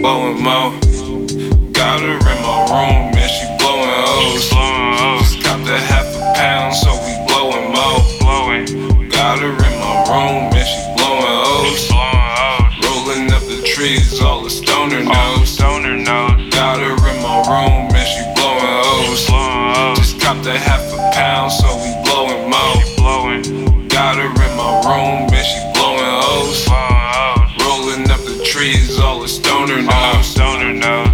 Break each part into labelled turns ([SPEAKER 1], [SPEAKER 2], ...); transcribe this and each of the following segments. [SPEAKER 1] blowing mo. Got her in my room and she blowing O's. Got the half a pound, so we blowing mo. Got her in my room and she blowing O's. Rolling up the trees, all the stoner knows. Got her in my room and she blowing O's. Just copped a half a pound, so we blowing mo. Got her in my room and she blowing O's. Rolling up the trees, all the stoner knows.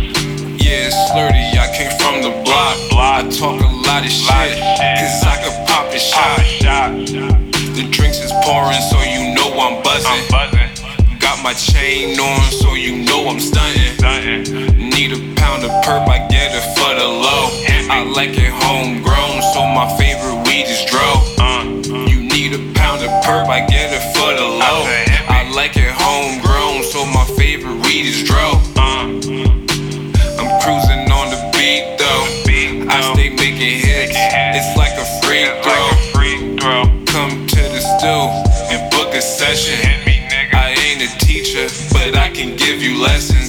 [SPEAKER 1] Yeah, it's slurdy, I came from the block. I talk a lot of shit, cause I could pop a shot. The drinks is pouring, so you know I'm buzzing. Got my chain on, so you know I'm stunting. Need a pound of perp, I get it for the low. I like it homegrown, so my favorite weed is dro. You need a pound of perp, I get it for the low. I like it homegrown, so my favorite weed is dro. I'm cruising on the beat though. I stay making hits. It's like a free throw. Come to the stool and book a session. I ain't a teacher, but I can give you lessons.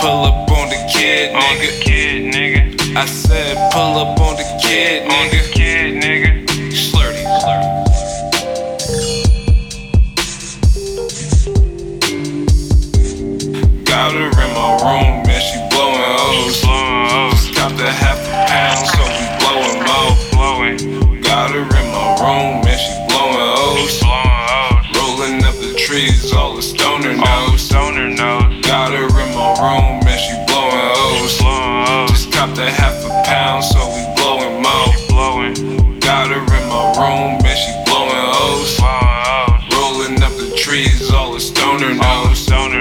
[SPEAKER 1] Pull up on the kid, nigga. I said pull up on the kid, nigga. Slurdy. Got her in my room and she blowing O's. Got the half a pound, so we blowing mo. Got her in my room and she blowing O's. Rolling up the trees, all the stoner knows. Got her in my room and she blowing O's. Just copped a half a pound, so we blowing mo. Got her in my room and she blowing O's. Rolling up the trees, all the stoner knows.